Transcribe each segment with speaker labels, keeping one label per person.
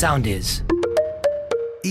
Speaker 1: Sound is.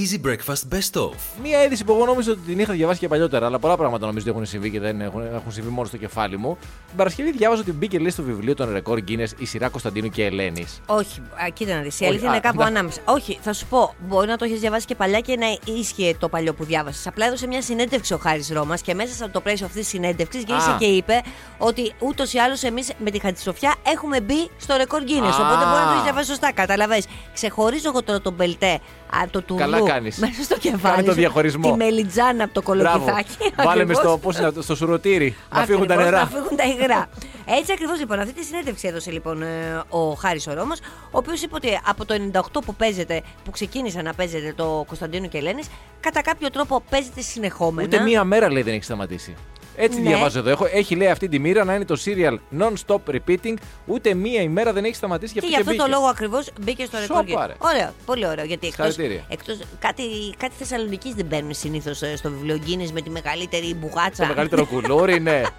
Speaker 2: Easy Breakfast Best Of.
Speaker 3: Μία είδηση που εγώ νόμιζα ότι την είχα διαβάσει και παλιότερα, αλλά πολλά πράγματα νομίζω ότι έχουν συμβεί και δεν έχουν, έχουν συμβεί μόνο στο κεφάλι μου. Την Παρασκευή διάβαζα ότι μπήκε λύση στο βιβλίο των ρεκόρ Guinness η σειρά Κωνσταντίνου και Ελένης.
Speaker 4: Όχι, α, κοίτα να δεις. Η
Speaker 3: Όχι,
Speaker 4: αλήθεια
Speaker 3: α,
Speaker 4: είναι κάπου
Speaker 3: εντάξει.
Speaker 4: ανάμεσα. Όχι, θα σου πω. Μπορεί να το έχεις διαβάσει και παλιά και να ίσχυε το παλιό που διάβασες. Απλά έδωσε μια συνέντευξη ο Χάρης Ρώμας και μέσα στο πλαίσιο αυτής της συνέντευξης γύρισε
Speaker 3: Α.
Speaker 4: και είπε ότι ούτως ή άλλως εμείς με τη Χατζησοφιά έχουμε μπει στο ρεκόρ Guinness.
Speaker 3: Α.
Speaker 4: Οπότε μπορεί να το έχεις διαβάσει σωστά. Καταλαβέ. Ξεχωρίζω εγώ τώρα τον Πελτέ από το τουρνού
Speaker 3: Καλά κάνεις.
Speaker 4: μέσα στο κεφάλι.
Speaker 3: Κάνε το
Speaker 4: σου,
Speaker 3: διαχωρισμό.
Speaker 4: Τη μελιτζάνα από το κολοκυθάκι.
Speaker 3: Βάλε με
Speaker 4: Ακριβώς.
Speaker 3: στο, πώς είναι, αυτό, στο σουρωτήρι. να φύγουν τα
Speaker 4: Ακριβώς,
Speaker 3: νερά.
Speaker 4: Να φύγουν τα υγρά. Έτσι ακριβώς λοιπόν, αυτή τη συνέντευξη έδωσε λοιπόν ε, ο Χάρης ο Ρώμος, ο οποίος είπε ότι από το 98 που παίζεται, που ξεκίνησε να παίζεται το Κωνσταντίνο και Ελένης, κατά κάποιο τρόπο παίζεται συνεχόμενα.
Speaker 3: Ούτε μία μέρα λέει δεν έχει σταματήσει. Έτσι
Speaker 4: Ναι.
Speaker 3: διαβάζω εδώ. Έχω, έχει λέει αυτή τη μοίρα να είναι το serial non-stop repeating. Ούτε μία ημέρα δεν έχει σταματήσει.
Speaker 4: Και γι' αυτό το
Speaker 3: μπήκες.
Speaker 4: λόγο ακριβώς μπήκες στο
Speaker 3: Σοπα,
Speaker 4: ρεκόρ. Guinness.
Speaker 3: ρε.
Speaker 4: Ωραίο, πολύ ωραίο. Γιατί εκτός.
Speaker 3: Συγχαρητήρια.
Speaker 4: Εκτός, κάτι, κάτι Θεσσαλονίκη δεν παίρνουν συνήθως στο βιβλίο Guinness με τη μεγαλύτερη μπουγάτσα.
Speaker 3: Το μεγαλύτερο κουλούρι, ναι.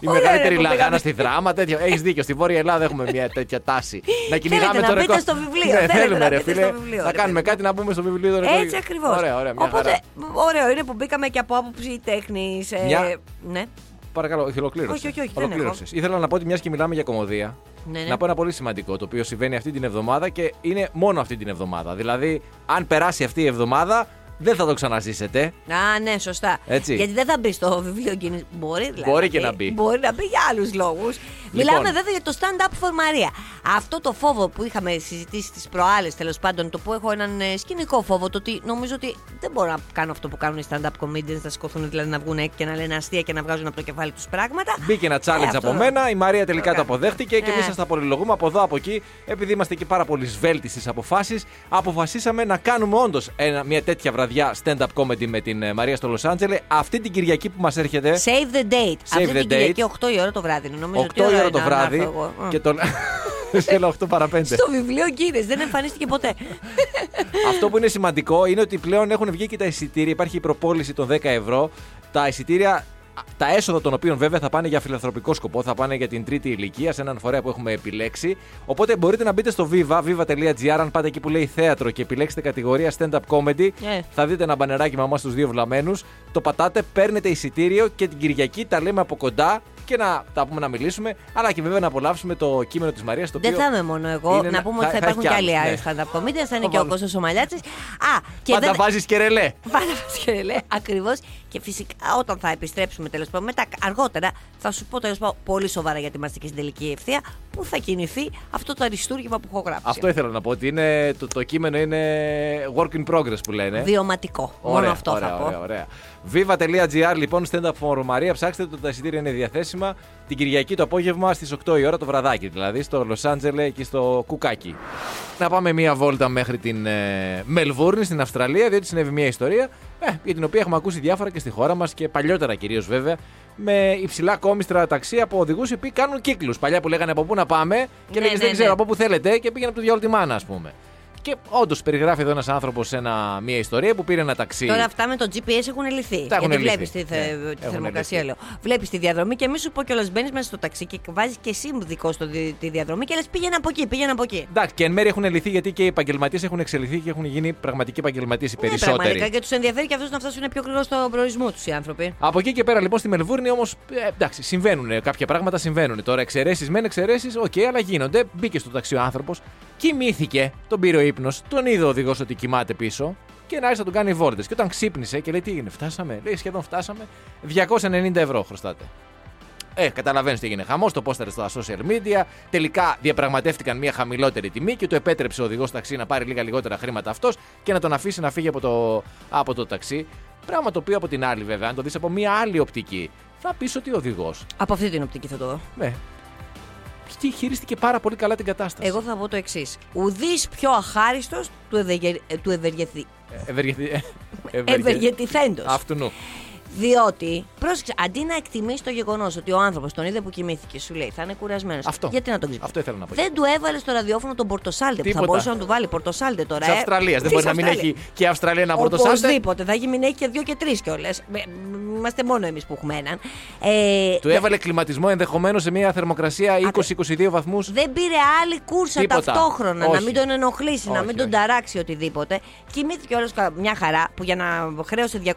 Speaker 3: Η
Speaker 4: Ωραία,
Speaker 3: μεγαλύτερη
Speaker 4: ρε, που
Speaker 3: λαγάνα
Speaker 4: πήγαμε.
Speaker 3: στη δράμα, τέτοιο. Έχεις δίκιο. Στη Βόρεια Ελλάδα έχουμε μια τέτοια τάση. Να κυνηγάμε το
Speaker 4: να μπείτε
Speaker 3: ρεκόρ.
Speaker 4: στο βιβλίο,
Speaker 3: Ναι,
Speaker 4: θέλετε
Speaker 3: θέλουμε,
Speaker 4: να
Speaker 3: ρε
Speaker 4: μπείτε
Speaker 3: φίλε.
Speaker 4: στο βιβλίο,
Speaker 3: Να
Speaker 4: ρε,
Speaker 3: κάνουμε
Speaker 4: παιδιά.
Speaker 3: κάτι να μπούμε στο βιβλίο το ρεκόρ.
Speaker 4: Ναι, Έτσι ακριβώς.
Speaker 3: Ωραία, ωραία. Μια
Speaker 4: Οπότε,
Speaker 3: χαρά.
Speaker 4: ωραίο είναι που μπήκαμε και από άποψη τέχνης.
Speaker 3: Μια-
Speaker 4: Ναι.
Speaker 3: Παρακαλώ, όχι ολοκλήρωση.
Speaker 4: Όχι, όχι, όχι, δεν
Speaker 3: Ολοκλήρωσες. Ήθελα να πω ότι μιας και μιλάμε για κομμωδία.
Speaker 4: Ναι, ναι.
Speaker 3: Να πω ένα πολύ σημαντικό το οποίο συμβαίνει αυτή την εβδομάδα και είναι μόνο αυτή την εβδομάδα. Δηλαδή, αν περάσει αυτή η εβδομάδα, δεν θα το ξαναζήσετε.
Speaker 4: Α, ναι, σωστά.
Speaker 3: Έτσι.
Speaker 4: Γιατί δεν θα μπει στο βιβλίο Guinness. Μπορεί δηλαδή.
Speaker 3: Μπορεί και να μπει. Λοιπόν.
Speaker 4: Μπορεί να μπει για άλλους λόγους. Μιλάμε βέβαια για το stand-up for Maria. Αυτό το φόβο που είχαμε συζητήσει τις προάλλες, τέλος πάντων, το που έχω έναν ε, σκηνικό φόβο, το ότι νομίζω ότι δεν μπορώ να κάνω αυτό που κάνουν οι stand-up comedians, να σηκωθούν δηλαδή να βγουν και να λένε αστεία και να βγάζουν από το κεφάλι τους πράγματα.
Speaker 3: Μπήκε ένα
Speaker 4: Ε,
Speaker 3: challenge
Speaker 4: αυτό
Speaker 3: από μένα, η Μαρία τελικά το
Speaker 4: κάνω.
Speaker 3: αποδέχτηκε και
Speaker 4: Ναι.
Speaker 3: εμεί σας τα πολυλογούμε από εδώ από εκεί. Επειδή είμαστε και πάρα πολύ σβέλτοι στις αποφάσεις, αποφασίσαμε να κάνουμε όντως μια τέτοια βραδιά stand-up comedy με την ε, Μαρία στο Λο Άντζελε αυτή την Κυριακή που μας έρχεται.
Speaker 4: Save the date. Αυτή
Speaker 3: ε. the
Speaker 4: την
Speaker 3: date.
Speaker 4: Κυριακή 8 η ώρα το βράδυ. είναι. Νομίζω
Speaker 3: 8
Speaker 4: τι
Speaker 3: η ώρα
Speaker 4: είναι
Speaker 3: το
Speaker 4: να
Speaker 3: βράδυ.
Speaker 4: μάθω εγώ. Ε.
Speaker 3: Και τον. Θέλω 8 παρα 5.
Speaker 4: Στο βιβλίο Guinness δεν εμφανίστηκε ποτέ.
Speaker 3: Αυτό που είναι σημαντικό είναι ότι πλέον έχουν βγει και τα εισιτήρια. Υπάρχει η προπόληση των 10 ευρώ. Τα εισιτήρια, τα έσοδα των οποίων βέβαια θα πάνε για φιλανθρωπικό σκοπό, θα πάνε για την τρίτη ηλικία σε έναν φορέα που έχουμε επιλέξει. Οπότε μπορείτε να μπείτε στο Viva, viva.gr, αν πάτε εκεί που λέει θέατρο και επιλέξετε κατηγορία stand-up comedy.
Speaker 4: Ε.
Speaker 3: Θα δείτε ένα μπανεράκι μα στους δύο βλαμμένους. Το πατάτε, παίρνετε εισιτήριο και την Κυριακή τα λέμε από κοντά και να τα πούμε να μιλήσουμε, αλλά και βέβαια να απολαύσουμε το κείμενο της Μαρίας.
Speaker 4: Δεν θα είμαι μόνο εγώ.
Speaker 3: είναι
Speaker 4: Να
Speaker 3: ένα-
Speaker 4: πούμε ότι θα,
Speaker 3: θα- θα
Speaker 4: υπάρχουν και
Speaker 3: έχει
Speaker 4: άλλοι
Speaker 3: κι ναι.
Speaker 4: άλλοι
Speaker 3: άλλους,
Speaker 4: stand-up comedians. Θα είναι
Speaker 3: Θα
Speaker 4: και ο
Speaker 3: βάλω.
Speaker 4: Κώστας ο Μαλιάτσης. Α, και
Speaker 3: Πάντα
Speaker 4: δεν...
Speaker 3: βάζεις και ρελέ.
Speaker 4: Πάντα βάζεις και λέει. Ακριβώς. Και φυσικά όταν θα επιστρέψουμε τέλος πάντων, μετά αργότερα θα σου πω τέλος πάντων πολύ σοβαρά γιατί είμαστε και στην τελική ευθεία, πού θα κινηθεί αυτό το αριστούργημα που έχω γράψει.
Speaker 3: Αυτό ήθελα να πω ότι είναι, το, το κείμενο είναι work in progress που λένε.
Speaker 4: Βιωματικό. Μόνο
Speaker 3: ε. Ωραία,
Speaker 4: αυτό
Speaker 3: ωραία,
Speaker 4: θα πω.
Speaker 3: Ωραία, ωραία. Viva.gr λοιπόν, stand-up for Maria. Ψάξτε το, τα εισιτήρια είναι διαθέσιμα την Κυριακή το απόγευμα στις 8 η ώρα το βραδάκι, δηλαδή στο Λο Άντζελε και στο Κουκάκι. Να πάμε μία βόλτα μέχρι την ε, Μελβούρνη στην Αυστραλία, διότι συνέβη μία ιστορία ε, για την οποία έχουμε ακούσει διάφορα και στη χώρα μας και παλιότερα κυρίως βέβαια. Με υψηλά κόμιστρα ταξί από οδηγού οι οποίοι κάνουν κύκλους. Παλιά που λέγανε από πού να πάμε και
Speaker 4: Ναι,
Speaker 3: λέγανε
Speaker 4: ναι,
Speaker 3: δεν
Speaker 4: ναι.
Speaker 3: ξέρω από πού θέλετε και πήγαινε από το διάολο τη μάνα, ας πούμε. Και όντως περιγράφει εδώ ένας άνθρωπος ένα, μια ιστορία που πήρε ένα ταξί.
Speaker 4: Τώρα αυτά με το GPS έχουν λυθεί.
Speaker 3: Τα έχουν
Speaker 4: γιατί
Speaker 3: λυθεί.
Speaker 4: βλέπεις τη, θε...
Speaker 3: Ναι,
Speaker 4: τη
Speaker 3: έχουν
Speaker 4: θερμοκρασία,
Speaker 3: λυθεί.
Speaker 4: λέω. Βλέπεις τη διαδρομή και μη σου πω κιόλας μπαίνεις μέσα στο ταξί και βάζεις και εσύ δικό στο δι- τη διαδρομή και λες πήγαινε από εκεί, πήγαινε από εκεί.
Speaker 3: Εντάξει, και εν μέρει έχουν λυθεί γιατί και οι επαγγελματίες έχουν εξελιχθεί και έχουν γίνει πραγματικοί επαγγελματίες οι
Speaker 4: Ναι,
Speaker 3: περισσότεροι.
Speaker 4: πραγματικά και τους ενδιαφέρει και αυτούς να φτάσουν πιο γρήγορα στον προορισμό τους οι άνθρωποι.
Speaker 3: Από εκεί και πέρα λοιπόν στη Μελβούρνη όμως. Εντάξει, συμβαίνουν κάποια πράγματα, συμβαίνουν. Τώρα εξαιρέσεις μεν εξαιρέσεις, οκ, αλλά γίνονται. Μπήκε στο ταξί ο άνθρωπος, κοιμήθηκε, τον πήρε ο ύπνος, τον είδε ο οδηγός ότι κοιμάται πίσω και να άρχισε να τον κάνει βόλτες. Και όταν ξύπνησε και λέει τι έγινε, φτάσαμε, λέει σχεδόν φτάσαμε, 290 ευρώ χρωστάτε. Ε, καταλαβαίνεις τι έγινε. Χαμός, το πόσταρε στα social media. Τελικά διαπραγματεύτηκαν μια χαμηλότερη τιμή και του επέτρεψε ο οδηγός ταξί να πάρει λίγα λιγότερα χρήματα αυτός και να τον αφήσει να φύγει από το, από το ταξί. Πράγμα το οποίο από την άλλη, βέβαια, αν το δεις από μια άλλη οπτική, θα πεις ότι ο οδηγός.
Speaker 4: Από αυτή την οπτική θα το δω.
Speaker 3: Ναι. χει- Χειρίστηκε πάρα πολύ καλά την κατάσταση.
Speaker 4: Εγώ θα πω το εξής. Ουδής πιο αχάριστος του, ευεργε... του ευεργεθη...
Speaker 3: Ε,
Speaker 4: Ε,
Speaker 3: Ευεργετη...
Speaker 4: ευεργετηθέντος.
Speaker 3: Αυτού νου.
Speaker 4: Διότι, πρόσεξε, αντί να εκτιμήσεις το γεγονός ότι ο άνθρωπος τον είδε που κοιμήθηκε, σου λέει θα είναι κουρασμένος.
Speaker 3: Αυτό.
Speaker 4: Γιατί να τον ξυπνήσει.
Speaker 3: Αυτό ήθελα να πω.
Speaker 4: Δεν του έβαλες στο ραδιόφωνο τον Πορτοσάλτε που θα
Speaker 3: Τίποτα.
Speaker 4: μπορούσε να του βάλει Πορτοσάλτε τώρα.
Speaker 3: Της
Speaker 4: ε.
Speaker 3: Αυστραλίας. Δεν
Speaker 4: Της
Speaker 3: μπορεί να μην
Speaker 4: Αυστραλίας.
Speaker 3: έχει και η Αυστραλία ένα πρωτοσάρτε.
Speaker 4: Οπωσδήποτε. Θα γίνει να έχει και δύο και τρεις κιόλας. Ε, είμαστε μόνο εμείς που έχουμε έναν. Ε,
Speaker 3: Του έβαλε κλιματισμό ενδεχομένως σε μια θερμοκρασία 20-22 βαθμούς.
Speaker 4: δεν πήρε άλλη κούρσα
Speaker 3: Τίποτα.
Speaker 4: ταυτόχρονα, να
Speaker 3: Όχι.
Speaker 4: μην τον ενοχλήσει, να
Speaker 3: Όχι,
Speaker 4: μην τον
Speaker 3: όχι.
Speaker 4: ταράξει οτιδήποτε. Κοιμήθηκε όλος μια χαρά που για να χρέωσε 290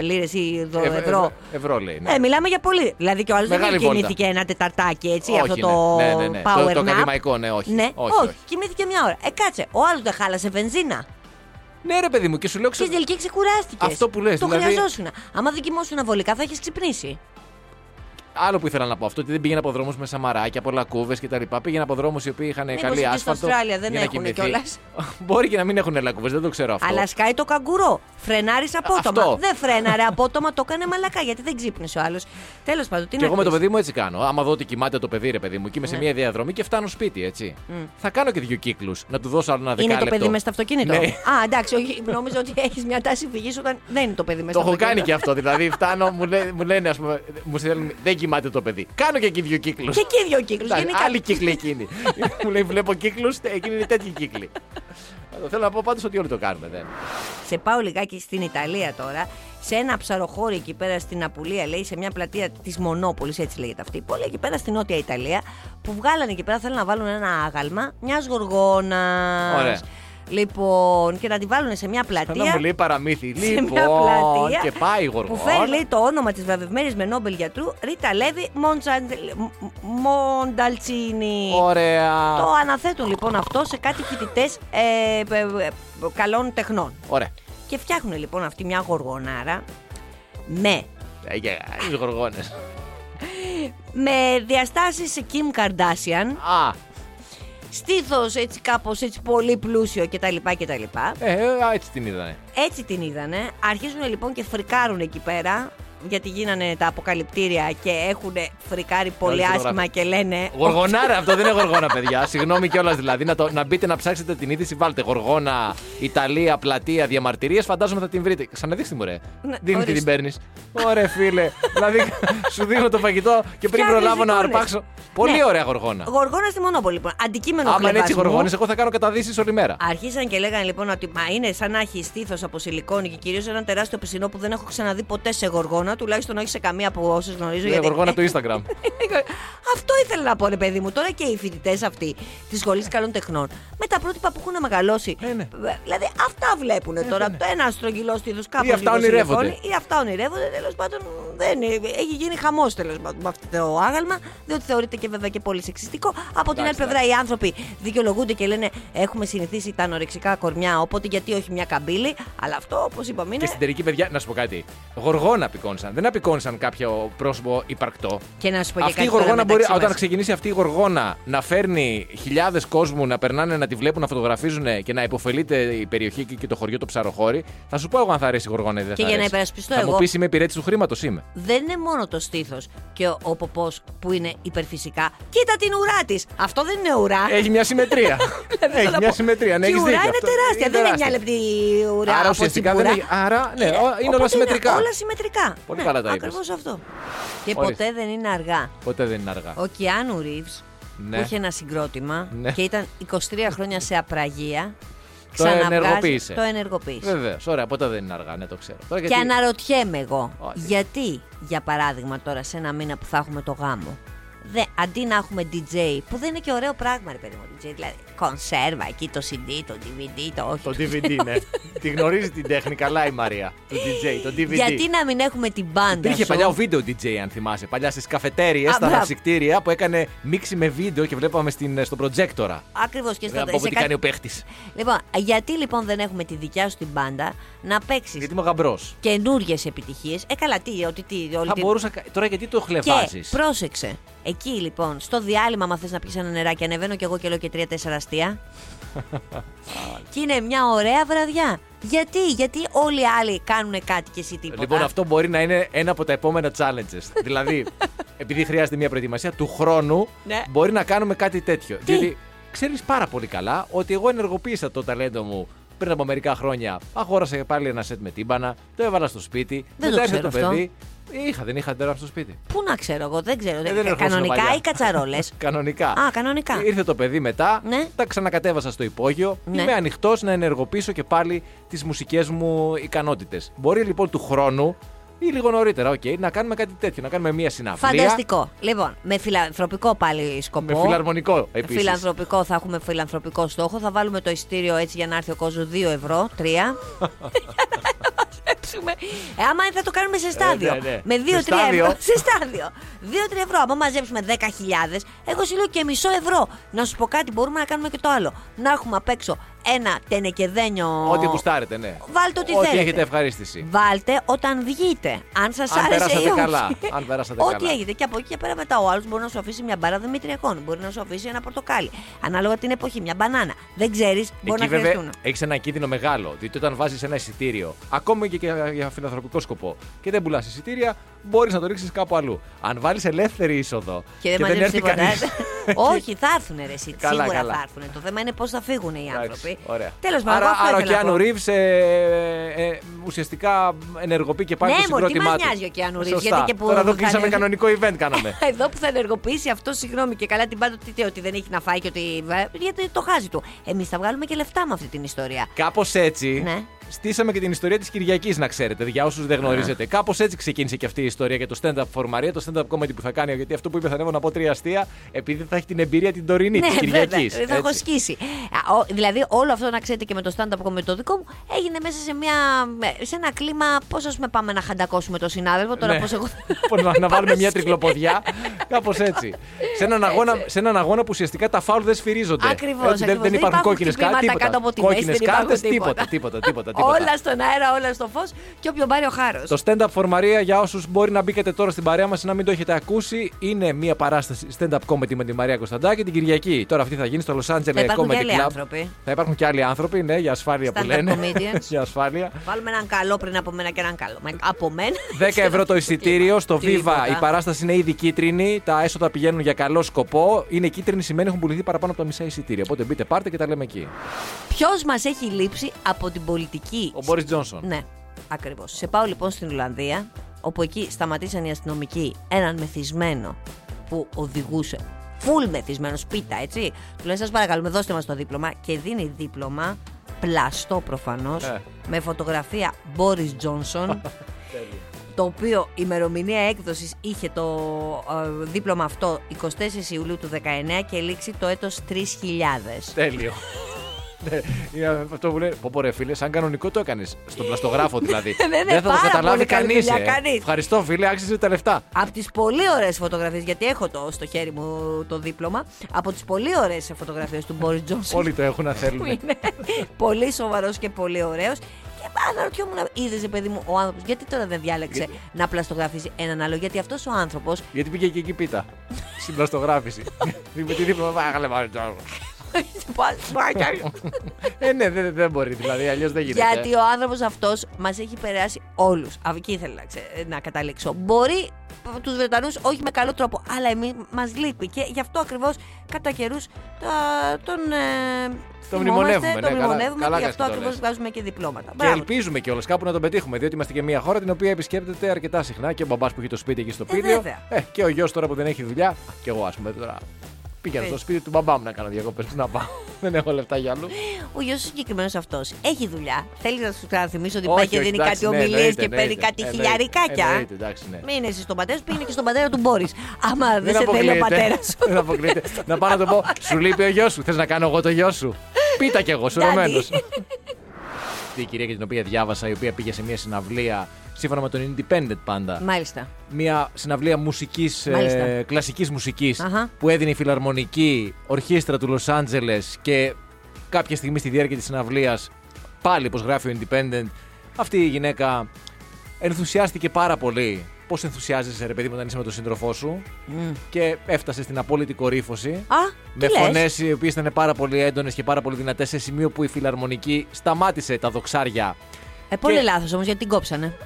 Speaker 4: λίρες ή δο- Ε, ευρώ.
Speaker 3: ευρώ λέει. Ε, ναι.
Speaker 4: Ε, μιλάμε για πολύ. Δηλαδή και ο άλλος δεν
Speaker 3: Μεγάλη βόλτα.
Speaker 4: κοιμήθηκε ένα τεταρτάκι έτσι,
Speaker 3: Όχι,
Speaker 4: αυτό το
Speaker 3: ναι. Ναι, ναι, ναι. Το-
Speaker 4: power
Speaker 3: το
Speaker 4: nap.
Speaker 3: ακαδημαϊκό, ναι, όχι.
Speaker 4: Ναι,
Speaker 3: Όχι, όχι.
Speaker 4: κοιμήθηκε μια ώρα. Ε, κάτσε. Ο άλλος δεν χάλασε βενζίνα.
Speaker 3: Ναι, ρε παιδί μου, και σου λέω
Speaker 4: Και
Speaker 3: ξε-
Speaker 4: στην τελική ξεκουράστηκες.
Speaker 3: Αυτό που λες,
Speaker 4: Το
Speaker 3: δηλαδή-
Speaker 4: χρειαζόσουν. Άμα δεν κοιμόσουν αβολικά θα έχεις ξυπνήσει.
Speaker 3: Άλλο που ήθελα να πω αυτό, ότι δεν πήγαινα από δρόμους με σαμαράκια, από λακκούβες κτλ. Πήγαινα από δρόμους οι οποίοι είχαν
Speaker 4: Μήπως
Speaker 3: καλή
Speaker 4: εκεί στο
Speaker 3: άσφαλτο.
Speaker 4: Αυστράλια δεν
Speaker 3: για να
Speaker 4: έχουν
Speaker 3: κοιμηθεί.
Speaker 4: κιόλας.
Speaker 3: Μπορεί και να μην έχουν λακκούβες, δεν το ξέρω αυτό.
Speaker 4: Αλλά σκάει το καγκουρό. Φρενάρεις απότομα.
Speaker 3: αυτό.
Speaker 4: Δεν φρέναρε απότομα, το έκανε μαλακά γιατί δεν ξύπνησε ο άλλος. Τέλος πάντων,
Speaker 3: Και
Speaker 4: τι να
Speaker 3: εγώ με το
Speaker 4: πεις.
Speaker 3: παιδί μου έτσι κάνω. Άμα δω ότι κοιμάται το παιδί, ρε παιδί μου, και είμαι σε
Speaker 4: Ναι.
Speaker 3: μια διαδρομή και φτάνω σπίτι, έτσι. Θα κάνω και δύο κύκλους. Να του δώσω άλλο ένα
Speaker 4: Είναι
Speaker 3: δεκάλεπτο.
Speaker 4: το παιδί μες στο αυτοκίνητο.
Speaker 3: Ναι.
Speaker 4: Α, εντάξει, όχι, νόμιζα ότι έχεις μια τάση φυγής όταν δεν είναι το παιδί μες
Speaker 3: Το
Speaker 4: στο
Speaker 3: έχω
Speaker 4: αυτοκίνητο.
Speaker 3: κάνει και αυτό. Δηλαδή, φτάνω, μου, λέ, μου λένε, ας πούμε, μου στέλνουν, δεν κοιμάται το παιδί. Κάνω και εκεί δύο κύκλους.
Speaker 4: Και εκεί δύο κύκλους. Γενικά.
Speaker 3: Άλλη κύκλη εκείνη. μου λέει, βλέπω κύκλους, εκείνη είναι τέτοιοι κύκλοι. Θέλω να πω πάντως ότι όλοι το κάνουμε. Δεν.
Speaker 4: Σε πάω λιγάκι στην Ιταλία τώρα. Σε ένα ψαροχώρι εκεί πέρα στην Απουλία, λέει, σε μια πλατεία της Μονόπολης, έτσι λέγεται αυτή η πόλη, εκεί πέρα στην Νότια Ιταλία, που βγάλανε εκεί πέρα, θέλουν να βάλουν ένα άγαλμα μιας γοργόνας.
Speaker 3: Ωραία.
Speaker 4: Λοιπόν, και να τη βάλουν σε μια
Speaker 3: Να μου
Speaker 4: πλατεία.
Speaker 3: λέει παραμύθι.
Speaker 4: σε
Speaker 3: Λοιπόν,
Speaker 4: μια πλατεία
Speaker 3: και πάει η
Speaker 4: που
Speaker 3: γοργόνα.
Speaker 4: φέρει λέει, το όνομα της βραβευμένης με Νόμπελ γιατρού Ρίτα Λέβι Μοντζαν- Μ- Μονταλτσίνη.
Speaker 3: Ωραία.
Speaker 4: Το αναθέτουν λοιπόν αυτό σε κάτι φοιτητές ε, ε, ε, καλών τεχνών.
Speaker 3: Ωραία.
Speaker 4: Και φτιάχνουν λοιπόν αυτή μια γοργονάρα με,
Speaker 3: Ε, για- οι γοργόνες.
Speaker 4: με διαστάσεις σε Kim Kardashian,
Speaker 3: Α,
Speaker 4: στήθος έτσι κάπως έτσι πολύ πλούσιο κτλ. κτλ.
Speaker 3: ε, ε, α, έτσι την είδανε.
Speaker 4: Έτσι την είδανε. Αρχίζουν λοιπόν και φρικάρουν εκεί πέρα γιατί γίνανε τα αποκαλυπτήρια και έχουν φρικάρει πολύ
Speaker 3: φωτογράφοι.
Speaker 4: άσχημα και λένε
Speaker 3: Γοργονάρα, αυτό δεν είναι γοργόνα, παιδιά. Συγγνώμη κιόλας δηλαδή. Να, το, να μπείτε να ψάξετε την είδηση, βάλτε γοργόνα, Ιταλία, πλατεία, διαμαρτυρίες. Φαντάζομαι θα την βρείτε. Ξαναδείξτε μου, ρε.
Speaker 4: Ναι,
Speaker 3: Δίνει και
Speaker 4: ορίστε.
Speaker 3: την παίρνεις. Ωραία, φίλε. δηλαδή, σου δίνω το φαγητό και πριν
Speaker 4: Φτιάχνεις
Speaker 3: προλάβω να
Speaker 4: εικόνες.
Speaker 3: αρπάξω. Πολύ
Speaker 4: Ναι.
Speaker 3: ωραία γοργόνα.
Speaker 4: Γοργόνα στη Μονόπολη. Λοιπόν, αντικείμενο
Speaker 3: Άμα είναι έτσι
Speaker 4: κλεβασμού.
Speaker 3: γοργόνες, εγώ θα κάνω καταδύσεις όλη μέρα.
Speaker 4: Αρχίσαν και λέγανε λοιπόν ότι μα είναι σαν να έχει στήθος από σιλικόνη και κυρίως ένα τεράστιο πισινό που δεν έχω ξαναδεί ποτέ σε γοργόνα, τουλάχιστον όχι σε καμία από όσες γνωρίζω.
Speaker 3: Είναι
Speaker 4: γιατί-
Speaker 3: Ναι, Ε, γοργόνα του Instagram.
Speaker 4: Αυτό ήθελα να πω, ρε παιδί μου. Τώρα και οι φοιτητές αυτοί της Σχολής Καλών Τεχνών με τα πρότυπα που έχουν μεγαλώσει.
Speaker 3: Ε, ναι. Ε,
Speaker 4: Δηλαδή αυτά βλέπουν τώρα. Το ένα στρογγυλό στήθος κάπου.
Speaker 3: Ή αυτά ονειρεύονται.
Speaker 4: Ή αυτά ονειρεύονται. Τέλος πάντων δεν είναι. Έχει γίνει χαμός τέλος πάντων με αυτό το άγαλμα. Διότι θεωρείται και βέβαια και πολύ σεξιστικό. Από την άλλη
Speaker 3: Εντάξει,
Speaker 4: πλευρά οι άνθρωποι δικαιολογούνται και λένε Έχουμε συνηθίσει τα ανορεξικά κορμιά. Οπότε γιατί όχι μια καμπύλη. Αλλά αυτό όπως είπαμε είναι.
Speaker 3: Και στην τελική, παιδιά, να σου πω κάτι. Γοργόνα απεικόνισαν. Δεν απεικόνισαν κάποιο πρόσωπο υπαρκτό.
Speaker 4: Και να σου πω και
Speaker 3: Αυτή η
Speaker 4: κάτι τώρα
Speaker 3: γοργόνα μπορεί,
Speaker 4: μεταξύ μας.
Speaker 3: όταν ξεκινήσει αυτή η γοργόνα, να φέρνει χιλιάδες κόσμου να περνάνε, να τη βλέπουν, να φωτογραφίζουν και να υποφελείται η περιοχή και- και το χωριό το ψαροχώρι. Θα σου πω εγώ αν θα αρέσει η γοργόνα ή δεν
Speaker 4: Και
Speaker 3: θα
Speaker 4: για να
Speaker 3: αρέσει.
Speaker 4: υπερασπιστώ
Speaker 3: θα
Speaker 4: εγώ-
Speaker 3: μου πεις είμαι υπηρέτης του χρήματος, είμαι.
Speaker 4: δεν είναι μόνο το στήθος και ο, ο ποπός που είναι υπερφυσικά. Κοίτα την ουρά της! Αυτό δεν είναι ουρά.
Speaker 3: Έχει μια συμμετρία. Έχει μια συμμετρία. Ναι,
Speaker 4: και η
Speaker 3: έχεις
Speaker 4: ουρά είναι
Speaker 3: δίκιο, αυτό
Speaker 4: τεράστια. δεν είναι μια λεπτή ουρά.
Speaker 3: Άρα
Speaker 4: από
Speaker 3: ουσιαστικά δεν
Speaker 4: τσιμπουρά. Ε,
Speaker 3: έχει. Άρα ναι, ο- είναι όλα
Speaker 4: Οπότε
Speaker 3: συμμετρικά.
Speaker 4: Όλα συμμετρικά.
Speaker 3: Πολύ καλά τα είπες.
Speaker 4: Ακριβώς αυτό. Και
Speaker 3: Ορίστε.
Speaker 4: ποτέ δεν είναι αργά.
Speaker 3: Ποτέ δεν είναι αργά.
Speaker 4: Ο Κιάνου Ρίβ
Speaker 3: Ναι.
Speaker 4: που είχε ένα συγκρότημα
Speaker 3: Ναι.
Speaker 4: και ήταν 23 χρόνια σε απραγία.
Speaker 3: Το
Speaker 4: ξαναβγάζει-
Speaker 3: ενεργοποίησες.
Speaker 4: Το ενεργοποίησες.
Speaker 3: Βεβαίως. Ωραία, ποτέ δεν είναι αργά, ναι, το ξέρω. Τώρα,
Speaker 4: Και
Speaker 3: γιατί-
Speaker 4: αναρωτιέμαι εγώ,
Speaker 3: Όχι.
Speaker 4: γιατί για παράδειγμα τώρα σε ένα μήνα που θα έχουμε το γάμο, δε, αντί να έχουμε DJ, που δεν είναι και ωραίο πράγμα, ρε παιδί μου, DJ, δηλαδή κονσέρβα εκεί, το CD, το DVD, το όχι.
Speaker 3: Το DVD, ναι. τη γνωρίζει την τέχνη καλά η Μαρία. Το DJ, το DVD.
Speaker 4: Γιατί να μην έχουμε την μπάντα
Speaker 3: Υπήρχε
Speaker 4: σου.
Speaker 3: παλιά ο βίντεο DJ, αν θυμάσαι. Παλιά στις καφετέρειε,
Speaker 4: Α,
Speaker 3: στα
Speaker 4: μπράβο.
Speaker 3: αναψυκτήρια που έκανε μίξη με βίντεο και βλέπαμε στην, στο προτζέκτορα.
Speaker 4: Ακριβώς και στο
Speaker 3: Να πω
Speaker 4: σε
Speaker 3: που τι
Speaker 4: κάτι-
Speaker 3: κάνει ο παίχτης.
Speaker 4: Λοιπόν, γιατί λοιπόν δεν έχουμε τη δικιά σου την μπάντα να παίξεις
Speaker 3: Γιατί
Speaker 4: καινούριες
Speaker 3: είμαι γαμπρό.
Speaker 4: καινούριε επιτυχίες. Ε, καλά, τι, ότι τι, όλη
Speaker 3: Θα
Speaker 4: την-
Speaker 3: μπορούσα. κα- Τώρα γιατί το χλεβάζει.
Speaker 4: Και πρόσεξε. Εκεί λοιπόν, στο διάλειμμα, άμα θες να πιεις ένα νεράκι, ανεβαίνω και εγώ και λέω και τρία-τέσσερα αστεία. και είναι μια ωραία βραδιά. Γιατί, γιατί όλοι οι άλλοι κάνουν κάτι και εσύ τίποτα.
Speaker 3: Λοιπόν, αυτό μπορεί να είναι ένα από τα επόμενα challenges. δηλαδή, επειδή χρειάζεται μια προετοιμασία, του χρόνου
Speaker 4: Ναι.
Speaker 3: μπορεί να κάνουμε κάτι τέτοιο.
Speaker 4: Τι?
Speaker 3: Διότι ξέρεις πάρα πολύ καλά ότι εγώ ενεργοποίησα το ταλέντο μου πριν από μερικά χρόνια. Αγόρασα πάλι ένα σετ με τύμπανα, το έβαλα στο σπίτι,
Speaker 4: Δεν το
Speaker 3: μετά ήρθε
Speaker 4: ξέρω
Speaker 3: το
Speaker 4: αυτό.
Speaker 3: παιδί. Είχα, δεν είχα τέρα στο σπίτι.
Speaker 4: Πού να ξέρω εγώ, δεν ξέρω.
Speaker 3: Ε, δεν ερχόσουν
Speaker 4: κανονικά
Speaker 3: παλιά.
Speaker 4: ή κατσαρόλες.
Speaker 3: Κανονικά.
Speaker 4: Α, κανονικά.
Speaker 3: Ήρθε το παιδί μετά,
Speaker 4: Ναι.
Speaker 3: τα ξανακατέβασα στο υπόγειο.
Speaker 4: Ναι.
Speaker 3: Είμαι ανοιχτός να ενεργοποιήσω και πάλι τις μουσικές μου ικανότητες. Μπορεί λοιπόν του χρόνου ή λίγο νωρίτερα, οκ, να κάνουμε κάτι τέτοιο, να κάνουμε μία συναυλία.
Speaker 4: Φανταστικό. Λοιπόν, με φιλανθρωπικό πάλι σκοπό.
Speaker 3: Με φιλαρμονικό επίσης.
Speaker 4: Φιλανθρωπικό, θα έχουμε φιλανθρωπικό στόχο. Θα βάλουμε το ειστήριο έτσι για να έρθει ο κόσμος 2 ευρώ, 3. για να μαζέψουμε. Ε, άμα θα το κάνουμε σε στάδιο.
Speaker 3: ναι, ναι.
Speaker 4: Με 2-3
Speaker 3: Σε στάδιο.
Speaker 4: ευρώ. Σε στάδιο. 2-3 ευρώ. Άμα μαζέψουμε 10.000, εγώ σου λέω και μισό ευρώ. Να σου πω κάτι, μπορούμε να κάνουμε και το άλλο. Να έχουμε απ' έξω ένα τενεκεδένιο.
Speaker 3: Ό,τι γουστάρετε, ναι.
Speaker 4: Βάλτε ό,τι
Speaker 3: Ό,τι
Speaker 4: θέλετε.
Speaker 3: έχετε ευχαρίστηση.
Speaker 4: Βάλτε όταν βγείτε. Αν σας
Speaker 3: Αν
Speaker 4: άρεσε ή
Speaker 3: περάσατε
Speaker 4: όχι.
Speaker 3: καλά. Αν περάσατε
Speaker 4: Ό,τι
Speaker 3: καλά.
Speaker 4: έγινε. Και από εκεί και πέρα μετά ο άλλος μπορεί να σου αφήσει μια μπάρα δημητριακών. Μπορεί να σου αφήσει ένα πορτοκάλι. Ανάλογα την εποχή, μια μπανάνα. Δεν ξέρεις, μπορεί
Speaker 3: Εκεί
Speaker 4: να
Speaker 3: βέβαια
Speaker 4: χρειαστούν.
Speaker 3: έχεις ένα κίνδυνο μεγάλο. Διότι όταν βάζεις ένα εισιτήριο, ακόμη και για- για φιλανθρωπικό σκοπό, και δεν πουλάς εισιτήρια, μπορείς να το ρίξεις κάπου αλλού. Αν βάλεις ελεύθερη είσοδο
Speaker 4: Και δεν
Speaker 3: δεν
Speaker 4: μαζεύει
Speaker 3: έρθει
Speaker 4: τίποτα. ε.
Speaker 3: κανείς.
Speaker 4: Όχι, θα έρθουν ρε, εσύ.
Speaker 3: Καλά,
Speaker 4: Σίγουρα
Speaker 3: καλά.
Speaker 4: θα έρθουν. Το θέμα είναι πώς θα φύγουν οι άνθρωποι.
Speaker 3: Ωραία.
Speaker 4: Τέλος πάντων,
Speaker 3: άρα,
Speaker 4: εγώ αυτό
Speaker 3: άρα ο
Speaker 4: ήθελα να
Speaker 3: Κιάνου
Speaker 4: πω.
Speaker 3: Ρίβ ε, ε, ουσιαστικά ενεργοποιεί και πάλι
Speaker 4: Ναι,
Speaker 3: το
Speaker 4: μωρέ, τι
Speaker 3: συγκρότημά
Speaker 4: μας
Speaker 3: του.
Speaker 4: νοιάζει ο Κιάνου Ρίβς,
Speaker 3: Σωστά.
Speaker 4: γιατί και που
Speaker 3: Τώρα εδώ
Speaker 4: θα
Speaker 3: κλείσαμε
Speaker 4: είναι-
Speaker 3: κανονικό event κάναμε.
Speaker 4: Εδώ που θα ενεργοποιήσει αυτό, συγγνώμη και καλά την πάντα ότι, ότι δεν έχει να φάει και ότι. Γιατί το χάζει του. Εμείς θα βγάλουμε και λεφτά με αυτή την ιστορία.
Speaker 3: Κάπως έτσι.
Speaker 4: Ναι.
Speaker 3: Στήσαμε και την ιστορία της Κυριακής, να ξέρετε, για όσους δεν γνωρίζετε. Κάπως έτσι ξεκίνησε και αυτή η ιστορία για το stand-up φορμαρία, το stand-up comedy που θα κάνει. Γιατί αυτό που είπε θα ανέβω να πω τρία αστεία, επειδή θα έχει την εμπειρία την τωρινή, τη Κυριακή.
Speaker 4: Ναι, βέβαια, θα έχω σκίσει. Α, ο- Δηλαδή, όλο αυτό να ξέρετε και με το stand-up με το δικό μου έγινε μέσα σε, μια, σε ένα κλίμα. Πώς ας πούμε, πάμε να χαντακώσουμε τον συνάδελφο τώρα, πώς εγώ.
Speaker 3: Ναι. να, να βάλουμε
Speaker 4: Πάμε
Speaker 3: μια
Speaker 4: σκι-
Speaker 3: τρικλοποδιά. Κάπως έτσι. σε, έναν αγώνα, σε έναν αγώνα που ουσιαστικά τα φάουλ δεν σφυρίζονται.
Speaker 4: Ακριβώς,
Speaker 3: Έτσι, δεν, δεν
Speaker 4: ακριβώς. Δεν
Speaker 3: υπάρχουν
Speaker 4: υπάρχουν
Speaker 3: κόκκινες
Speaker 4: χτυπήματα
Speaker 3: κάρτε.
Speaker 4: κάτω από τη μέση,
Speaker 3: Κόκκινε
Speaker 4: δεν υπάρχουν
Speaker 3: κάρτες, τίποτα.
Speaker 4: τίποτα.
Speaker 3: Τίποτα, τίποτα, τίποτα.
Speaker 4: όλα στον αέρα, όλα στο φως και όποιον πάρει ο χάρος.
Speaker 3: Το stand-up for Maria, για όσους μπορεί να μπήκατε τώρα στην παρέα μας ή να μην το έχετε ακούσει, είναι μια παράσταση stand-up comedy με τη Μαρία Κωνσταντάκη την Κυριακή. Τώρα αυτή θα γίνει στο Los Angeles
Speaker 4: Θα υπάρχουν
Speaker 3: Comedy
Speaker 4: και άλλοι
Speaker 3: Club.
Speaker 4: άνθρωποι.
Speaker 3: Θα υπάρχουν και άλλοι άνθρωποι, ναι, για ασφάλεια που
Speaker 4: Stand-up
Speaker 3: λένε.
Speaker 4: comedians.
Speaker 3: για ασφάλεια.
Speaker 4: Βάλουμε έναν καλό πριν από μένα και έναν καλό. με- Από μένα.
Speaker 3: 10 ευρώ το εισιτήριο στο
Speaker 4: Τίποτα.
Speaker 3: Viva. Η παράσταση είναι ήδη κίτρινη. Τα έσοδα πηγαίνουν για καλό σκοπό. Είναι κίτρινη, σημαίνει έχουν πουληθεί παραπάνω από τα μισά εισιτήρια. Οπότε μπείτε, πάρτε και τα λέμε εκεί.
Speaker 4: Ποιος μας έχει λείψει από την πολιτική.
Speaker 3: Ο Μπόρις Τζόνσον.
Speaker 4: Ναι, ακριβώς. Σε πάω λοιπόν στην Ολλανδία, όπου εκεί σταματήσαν οι αστυνομικοί έναν μεθυσμένο που οδηγούσε. Φουλ μεθυσμένος, πίτα, έτσι. Του λένε, σας παρακαλούμε, δώστε μας το δίπλωμα. Και δίνει δίπλωμα, πλαστό προφανώς,
Speaker 3: Ε.
Speaker 4: με φωτογραφία Boris Johnson. το οποίο ημερομηνία έκδοσης είχε το ε, δίπλωμα αυτό 24 Ιουλίου του 19 και λήξει το έτος 3000.
Speaker 3: Τέλειο. Ναι, είναι αυτό που λέει. Πω, πω, ρε φίλε, σαν κανονικό το έκανες. Στον πλαστογράφο δηλαδή.
Speaker 4: Ναι, ναι,
Speaker 3: Δεν θα το
Speaker 4: πάρα
Speaker 3: καταλάβει
Speaker 4: πολύ καλή
Speaker 3: κανείς.
Speaker 4: δουλειά, κανείς.
Speaker 3: Ευχαριστώ, φίλε, άξιζε τα λεφτά.
Speaker 4: Από τις πολύ ωραίες φωτογραφίες, γιατί έχω το στο χέρι μου το δίπλωμα. Από τις πολύ ωραίες φωτογραφίες του Μπόρι Τζόνσον.
Speaker 3: Όλοι το έχουν να
Speaker 4: που
Speaker 3: θέλουν.
Speaker 4: είναι πολύ σοβαρός και πολύ ωραίος. Και αναρωτιόμουν, είδε παιδί μου ο άνθρωπος, γιατί τώρα δεν διάλεξε να πλαστογραφίζει έναν άλλο. Γιατί αυτός ο άνθρωπος
Speaker 3: Γιατί πήγε και εκεί πίτα. Στην πλαστογράφηση. Με τη δίπλα μου, «Άγαλε, μα, τώρα». Ε, ναι, δεν δεν μπορεί δηλαδή, αλλιώς δεν γίνεται.
Speaker 4: Γιατί ο άνθρωπος αυτός μας έχει περάσει όλους. Εκεί ήθελα να, ξε- να καταλήξω. Μπορεί τους Βρετανούς όχι με καλό τρόπο, αλλά εμείς μας λείπει. Και γι' αυτό ακριβώς κατά καιρούς τον. Ε, θυμόμαστε,
Speaker 3: μνημονεύουμε, ναι,
Speaker 4: τον
Speaker 3: καλά-
Speaker 4: μνημονεύουμε
Speaker 3: καλά
Speaker 4: και γι'
Speaker 3: κάνεις που
Speaker 4: αυτό
Speaker 3: το
Speaker 4: ακριβώς
Speaker 3: λες.
Speaker 4: βγάζουμε και διπλώματα.
Speaker 3: Και
Speaker 4: Μπράβο.
Speaker 3: ελπίζουμε κιόλας κάπου να τον πετύχουμε, διότι είμαστε και μια χώρα την οποία επισκέπτεται αρκετά συχνά και ο μπαμπάς που έχει το σπίτι εκεί στο
Speaker 4: Ε,
Speaker 3: πίδιο.
Speaker 4: βέβαια.
Speaker 3: Ε, και ο γιος τώρα που δεν έχει δουλειά. Α, Κι εγώ, ας πούμε, τώρα πήγαινα στο
Speaker 4: Ε.
Speaker 3: σπίτι του μπαμπά μου να κάνω διακοπές. Να πάω. Δεν έχω λεφτά για άλλου.
Speaker 4: Ο γιος συγκεκριμένος αυτός έχει δουλειά. Θέλεις να σου ξαναθυμίσω ότι
Speaker 3: Όχι,
Speaker 4: πάει και
Speaker 3: όχι,
Speaker 4: δίνει
Speaker 3: εντάξει,
Speaker 4: κάτι
Speaker 3: ναι,
Speaker 4: ομιλίες
Speaker 3: εννοείται,
Speaker 4: και παίρνει
Speaker 3: εννοείται,
Speaker 4: κάτι
Speaker 3: εννοείται,
Speaker 4: χιλιαρικάκια.
Speaker 3: εννοείται, εντάξει, ναι.
Speaker 4: Μην εσύ στον πατέρα σου, πήγαινε και στον πατέρα του Μπόρις. Άμα δεν σε θέλει ο
Speaker 3: αποκλείεται.
Speaker 4: πατέρας σου.
Speaker 3: Δεν αποκλείεται. να πάω να το πω. Σου λείπει ο γιος σου. Θες να κάνω εγώ το γιο σου. Πίτα κι εγώ, σουρωμένος. Αυτή η κυρία για την οποία διάβασα, η οποία πήγε σε μια συναυλία σύμφωνα με τον Independent πάντα.
Speaker 4: Μάλιστα.
Speaker 3: μια συναυλία μουσικής,
Speaker 4: Μάλιστα.
Speaker 3: ε, κλασικής μουσικής
Speaker 4: Αχα.
Speaker 3: που έδινε η Φιλαρμονική Ορχήστρα του Λος Άντζελες και κάποια στιγμή στη διάρκεια της συναυλίας πάλι πως γράφει ο Independent αυτή η γυναίκα ενθουσιάστηκε πάρα πολύ πως ενθουσιάζεσαι ρε παιδί μου όταν είσαι με τον σύντροφό σου και έφτασε στην απόλυτη κορύφωση
Speaker 4: Α,
Speaker 3: με
Speaker 4: τι λες?
Speaker 3: φωνές οι οποίες ήταν πάρα πολύ έντονες και πάρα πολύ δυνατές σε σημείο που η φιλαρμονική σταμάτησε τα δοξάρια.
Speaker 4: Ε, πολύ
Speaker 3: Και-
Speaker 4: λάθος όμως γιατί την κόψανε.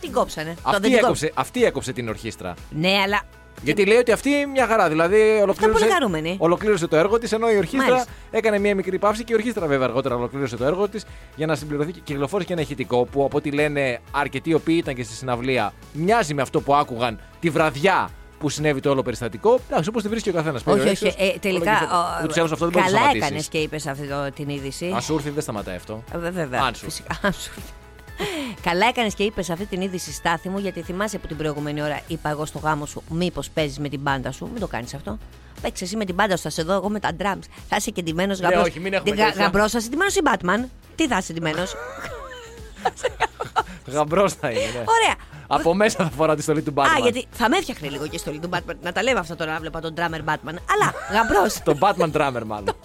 Speaker 4: την κόψανε. Τώρα δεν
Speaker 3: Αυτή
Speaker 4: την
Speaker 3: έκοψε, αυτή έκοψε την ορχήστρα.
Speaker 4: Ναι, αλλά.
Speaker 3: Γιατί λέει ότι αυτή μια χαρά. Δηλαδή ολοκλήρωσε,
Speaker 4: πολύ χαρούμενη.
Speaker 3: ολοκλήρωσε το έργο της, ενώ η ορχήστρα
Speaker 4: Μάλιστα.
Speaker 3: έκανε μια μικρή παύση και η ορχήστρα βέβαια αργότερα ολοκλήρωσε το έργο της για να συμπληρωθεί και κυκλοφόρησε και ένα ηχητικό που από ό,τι λένε αρκετοί οι οποίοι ήταν και στη συναυλία μοιάζει με αυτό που άκουγαν τη βραδιά που συνέβη το όλο περιστατικό. Εντάξει, όπως τη βρίσκει ο καθένας.
Speaker 4: Όχι, όχι. Ε, τελικά. ο-
Speaker 3: Ούτως ή άλλως αυτό δεν μπορείς να
Speaker 4: καλά
Speaker 3: σταματήσεις.
Speaker 4: έκανες και είπες αυτή το, την είδηση.
Speaker 3: Αν σου ήρθε, δεν σταματάει αυτό.
Speaker 4: Ε, Βέβαια.
Speaker 3: Αν σου.
Speaker 4: Φυσικά. Αν σου. Καλά έκανες και είπες αυτή την είδηση στάθη μου, γιατί θυμάσαι που την προηγούμενη ώρα είπα εγώ στο γάμο σου, μήπως παίζεις με την πάντα σου. Μην το κάνεις αυτό. Παίξει εσύ με την πάντα σου, θα σε δω εγώ με τα drums. Θα είσαι κεντυμένο
Speaker 3: Ναι,
Speaker 4: γαμπρός.
Speaker 3: όχι, μην έχουμε τέτοια.
Speaker 4: Γαμπρός, θα είσαι ντυμένος ή Batman. Τι θα είσαι ντυμένος.
Speaker 3: Γαμπρός θα είναι. ναι.
Speaker 4: Ε, Ωραία.
Speaker 3: Από μέσα θα φορά τη στολή του
Speaker 4: Α,
Speaker 3: Batman.
Speaker 4: γιατί θα με έφτιαχνε λίγο και η στολή του Batman. Να τα λέω αυτά τώρα να βλέπα τον drummer Batman. Αλλά γαμπρός.
Speaker 3: Το Batman Drummer, μάλλον.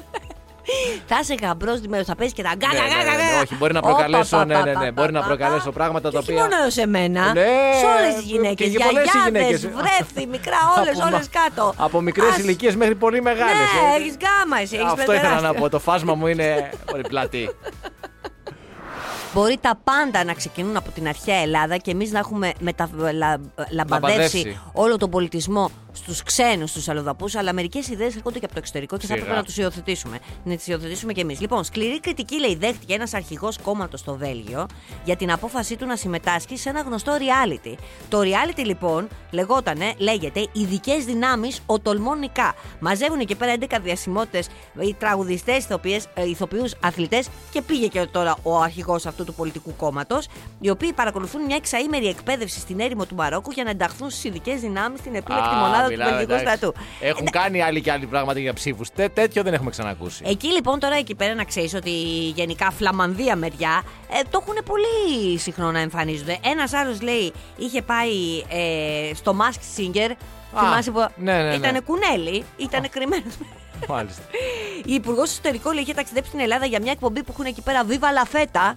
Speaker 4: θα είσαι γαμπρός ντυμένο, θα παίζει και τα
Speaker 3: Ναι,
Speaker 4: γκάγα,
Speaker 3: ναι,
Speaker 4: γκάγα,
Speaker 3: ναι,
Speaker 4: γκάγα.
Speaker 3: όχι, μπορεί να
Speaker 4: Όπα,
Speaker 3: προκαλέσω,
Speaker 4: πα,
Speaker 3: ναι,
Speaker 4: πα,
Speaker 3: ναι,
Speaker 4: πα,
Speaker 3: ναι,
Speaker 4: πα,
Speaker 3: μπορεί να
Speaker 4: πα,
Speaker 3: προκαλέσω
Speaker 4: πα.
Speaker 3: πράγματα
Speaker 4: Και
Speaker 3: τα
Speaker 4: όχι
Speaker 3: οποία-
Speaker 4: μόνο σε μένα,
Speaker 3: Ναι,
Speaker 4: σε όλες τις
Speaker 3: και
Speaker 4: γυναίκε.
Speaker 3: για πολλές οι
Speaker 4: Γιαγιάδες,
Speaker 3: γυναίκες.
Speaker 4: βρέφη, μικρά, όλες,
Speaker 3: Από μα-
Speaker 4: όλες κάτω.
Speaker 3: Από μικρές
Speaker 4: Ας-
Speaker 3: ηλικίες μέχρι πολύ μεγάλες.
Speaker 4: Ναι, έχει γκάμα, εσύ. έχεις
Speaker 3: ε. Αυτό ήθελα να
Speaker 4: πεδεράστια.
Speaker 3: πω. Το φάσμα μου είναι πολύ πλατή.
Speaker 4: Μπορεί τα πάντα να ξεκινούν από την αρχαία Ελλάδα και εμείς να έχουμε μετα... λα- λαμπαδεύσει
Speaker 3: Λαμπαδεύσει.
Speaker 4: όλο τον πολιτισμό στους ξένους, στους αλλοδαπούς. Αλλά μερικές ιδέες έρχονται και από το εξωτερικό και θα
Speaker 3: Σιγά.
Speaker 4: έπρεπε να τους υιοθετήσουμε. Να τις υιοθετήσουμε κι εμείς. Λοιπόν, σκληρή κριτική λέει δέχτηκε ένας αρχηγός κόμματος στο Βέλγιο για την απόφασή του να συμμετάσχει σε ένα γνωστό reality. Το reality λοιπόν λεγότανε, λέγεται Ειδικές Δυνάμεις Οτολμονικά. Μαζεύουν εκεί πέρα 11 διασημότητε, τραγουδιστέ, ηθοποιούς, αθλητές ε, και πήγε και τώρα ο αρχηγός αυτού του πολιτικού κόμματος, οι οποίοι παρακολουθούν μια εξαήμερη εκπαίδευση στην έρημο του Μαρόκου για να ενταχθούν στις ειδικές δυνάμεις στην επίλεκτη
Speaker 3: Α,
Speaker 4: μονάδα του
Speaker 3: μιλάμε,
Speaker 4: Βελγικού
Speaker 3: εντάξει.
Speaker 4: στρατού. Ναι.
Speaker 3: Έχουν κάνει άλλοι και άλλοι πράγματα για ψήφους. Τέτοιο δεν έχουμε ξανακούσει.
Speaker 4: Εκεί λοιπόν τώρα εκεί πέρα να ξέρεις ότι γενικά φλαμανδία μεριά ε, το έχουν πολύ συχνό να εμφανίζονται. Ένας άλλος λέει είχε πάει ε, στο Mask Singer.
Speaker 3: Α,
Speaker 4: θυμάσαι που
Speaker 3: ναι, ναι, ναι.
Speaker 4: ήτανε κουνέλι, ήταν κρυμμένος.
Speaker 3: Μάλιστα.
Speaker 4: Η Υπουργός Εσωτερικών λέει είχε ταξιδέψει στην Ελλάδα για μια εκπομπή που έχουν εκεί πέρα Viva La Feta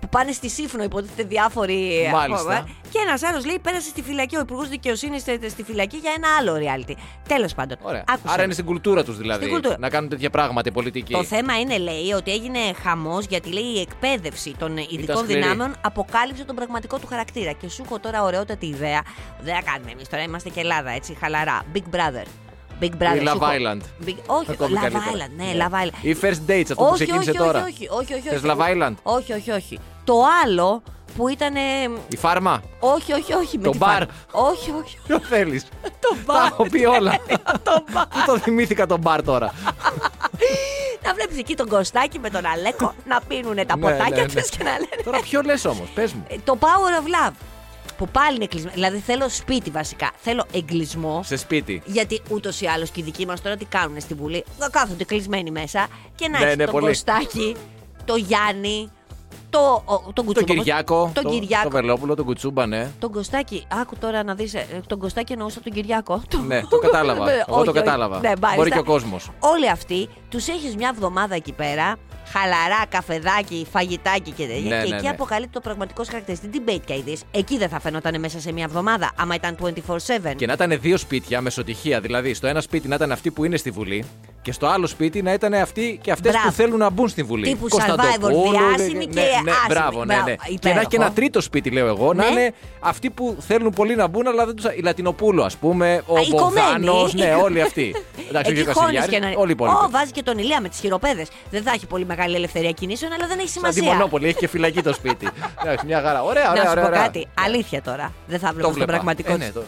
Speaker 4: που πάνε στη Σύφνο, υποτίθεται διάφοροι.
Speaker 3: Μάλιστα.
Speaker 4: ε, Και ένας άλλος λέει πέρασε στη φυλακή. Ο Υπουργός Δικαιοσύνης στη φυλακή για ένα άλλο reality. Τέλος πάντων.
Speaker 3: Ωραία.
Speaker 4: άκουσα.
Speaker 3: Άρα είναι στην κουλτούρα τους δηλαδή.
Speaker 4: Στην κουλτούρα.
Speaker 3: Να κάνουν τέτοια πράγματα οι πολιτικοί.
Speaker 4: Το θέμα είναι, λέει, ότι έγινε χαμός γιατί λέει η εκπαίδευση των ειδικών
Speaker 3: σκληρή.
Speaker 4: δυνάμεων αποκάλυψε τον πραγματικό του χαρακτήρα. Και σου έχω τώρα ωραιότατη ιδέα. Δεν θα κάνουμε εμείς τώρα, είμαστε και Ελλάδα, έτσι, χαλαρά. Big Brother. Big Brother.
Speaker 3: Ή
Speaker 4: σου
Speaker 3: Love
Speaker 4: έχω-
Speaker 3: Island.
Speaker 4: Big... Όχι,
Speaker 3: Ακόμη
Speaker 4: Love
Speaker 3: καλύτερα.
Speaker 4: Island, ναι, Love Island.
Speaker 3: Ή First Dates, αυτό που
Speaker 4: όχι,
Speaker 3: ξεκίνησε
Speaker 4: όχι,
Speaker 3: τώρα.
Speaker 4: Όχι, όχι, όχι. όχι,
Speaker 3: Θες
Speaker 4: όχι.
Speaker 3: Love Island?
Speaker 4: Όχι, όχι, όχι. Το άλλο που ήταν.
Speaker 3: Η φάρμα.
Speaker 4: Όχι, όχι, όχι. με
Speaker 3: Το
Speaker 4: τη
Speaker 3: μπαρ.
Speaker 4: φάρμα. Όχι, όχι.
Speaker 3: Ποιο θέλεις.
Speaker 4: Το
Speaker 3: Τα
Speaker 4: μπαρ.
Speaker 3: έχω πει όλα.
Speaker 4: Το μπαρ.
Speaker 3: Πού το θυμήθηκα τον μπαρ τώρα.
Speaker 4: Να βλέπεις εκεί τον Κωστάκη με τον Αλέκο να πίνουν τα
Speaker 3: Ναι, ναι,
Speaker 4: ποτάκια
Speaker 3: ναι.
Speaker 4: τους και να λένε.
Speaker 3: Τώρα ποιο λες όμως, πες μου.
Speaker 4: Ε, Το Power of Love. Που πάλι είναι κλεισμένο. Δηλαδή θέλω σπίτι βασικά. Θέλω εγκλισμό.
Speaker 3: Σε σπίτι.
Speaker 4: Γιατί ούτως ή άλλως και οι δικοί μας τώρα τι κάνουν στη Βουλή. Να κάθονται κλεισμένοι μέσα και να
Speaker 3: Ναι,
Speaker 4: έχει
Speaker 3: ναι,
Speaker 4: τον
Speaker 3: πολύ.
Speaker 4: Κωστάκη, το Γιάννη, το, ο, τον
Speaker 3: Τον
Speaker 4: Κουτσούμπα.
Speaker 3: Κυριάκο.
Speaker 4: Τον
Speaker 3: το-
Speaker 4: Κυριάκο.
Speaker 3: Το Βελόπουλο, τον Κουτσούμπα, ναι.
Speaker 4: Τον Κωστάκη, άκου τώρα να δεις. Τον Κωστάκη εννοούσα τον Κυριάκο.
Speaker 3: Ναι, το κατάλαβα.
Speaker 4: Ναι,
Speaker 3: Εγώ
Speaker 4: όχι,
Speaker 3: το
Speaker 4: όχι.
Speaker 3: κατάλαβα.
Speaker 4: Ναι, μάλιστα.
Speaker 3: Μπορεί και ο κόσμος.
Speaker 4: Όλοι αυτοί τους έχεις μια εβδομάδα εκεί πέρα. Χαλαρά, καφεδάκι, φαγητάκι και τέτοια.
Speaker 3: Ναι,
Speaker 4: και
Speaker 3: ναι,
Speaker 4: εκεί
Speaker 3: ναι.
Speaker 4: αποκαλύπτει το πραγματικός σου χαρακτηριστή. Την debate και ειδής. Εκεί δεν θα φαινόταν μέσα σε μια εβδομάδα, άμα ήταν 24-7.
Speaker 3: Και να ήταν δύο σπίτια μεσοτυχία. Δηλαδή, στο ένα σπίτι να ήταν αυτοί που είναι στη Βουλή και στο άλλο σπίτι να ήταν αυτοί και αυτές
Speaker 4: Μπράβο.
Speaker 3: που θέλουν να μπουν στη Βουλή.
Speaker 4: Τύπου
Speaker 3: Κωνσταντοπούλου,
Speaker 4: survivor, διάσημοι
Speaker 3: ναι,
Speaker 4: και
Speaker 3: ναι, ναι,
Speaker 4: άσημοι.
Speaker 3: Μπράβο, ναι, ναι.
Speaker 4: Μπράβο,
Speaker 3: Και να έχει και ένα
Speaker 4: υπέροχο.
Speaker 3: τρίτο σπίτι, λέω εγώ, να
Speaker 4: Ναι.
Speaker 3: είναι αυτοί που θέλουν πολύ να μπουν, αλλά δεν τους. Η Λατινοπούλου, ας πούμε, ο
Speaker 4: Α, οι
Speaker 3: Μπογδάνο,
Speaker 4: κομμένοι.
Speaker 3: ναι, όλοι αυτοί. Εντάξει, ο
Speaker 4: Εκεί χώνεις και
Speaker 3: Κασιλιάρη,
Speaker 4: να...
Speaker 3: όλοι οι υπόλοιποι.
Speaker 4: Ω, βάζει και τον Ηλία με τις χειροπέδες. Δεν θα έχει πολύ μεγάλη ελευθερία κινήσεων, αλλά δεν έχει
Speaker 3: Σαν τη
Speaker 4: σημασία.
Speaker 3: Μονόπολη, έχει και φυλακή το σπίτι. Εντάξει, μια χαρά. Ωραία,
Speaker 4: Να
Speaker 3: ωραία,
Speaker 4: σου
Speaker 3: ωραία.
Speaker 4: πω
Speaker 3: ωραία. Ναι.
Speaker 4: κάτι. Αλήθεια τώρα. Δεν θα βλέπω τον
Speaker 3: βλέπα.
Speaker 4: πραγματικό
Speaker 3: Ε,
Speaker 4: της
Speaker 3: ναι, το-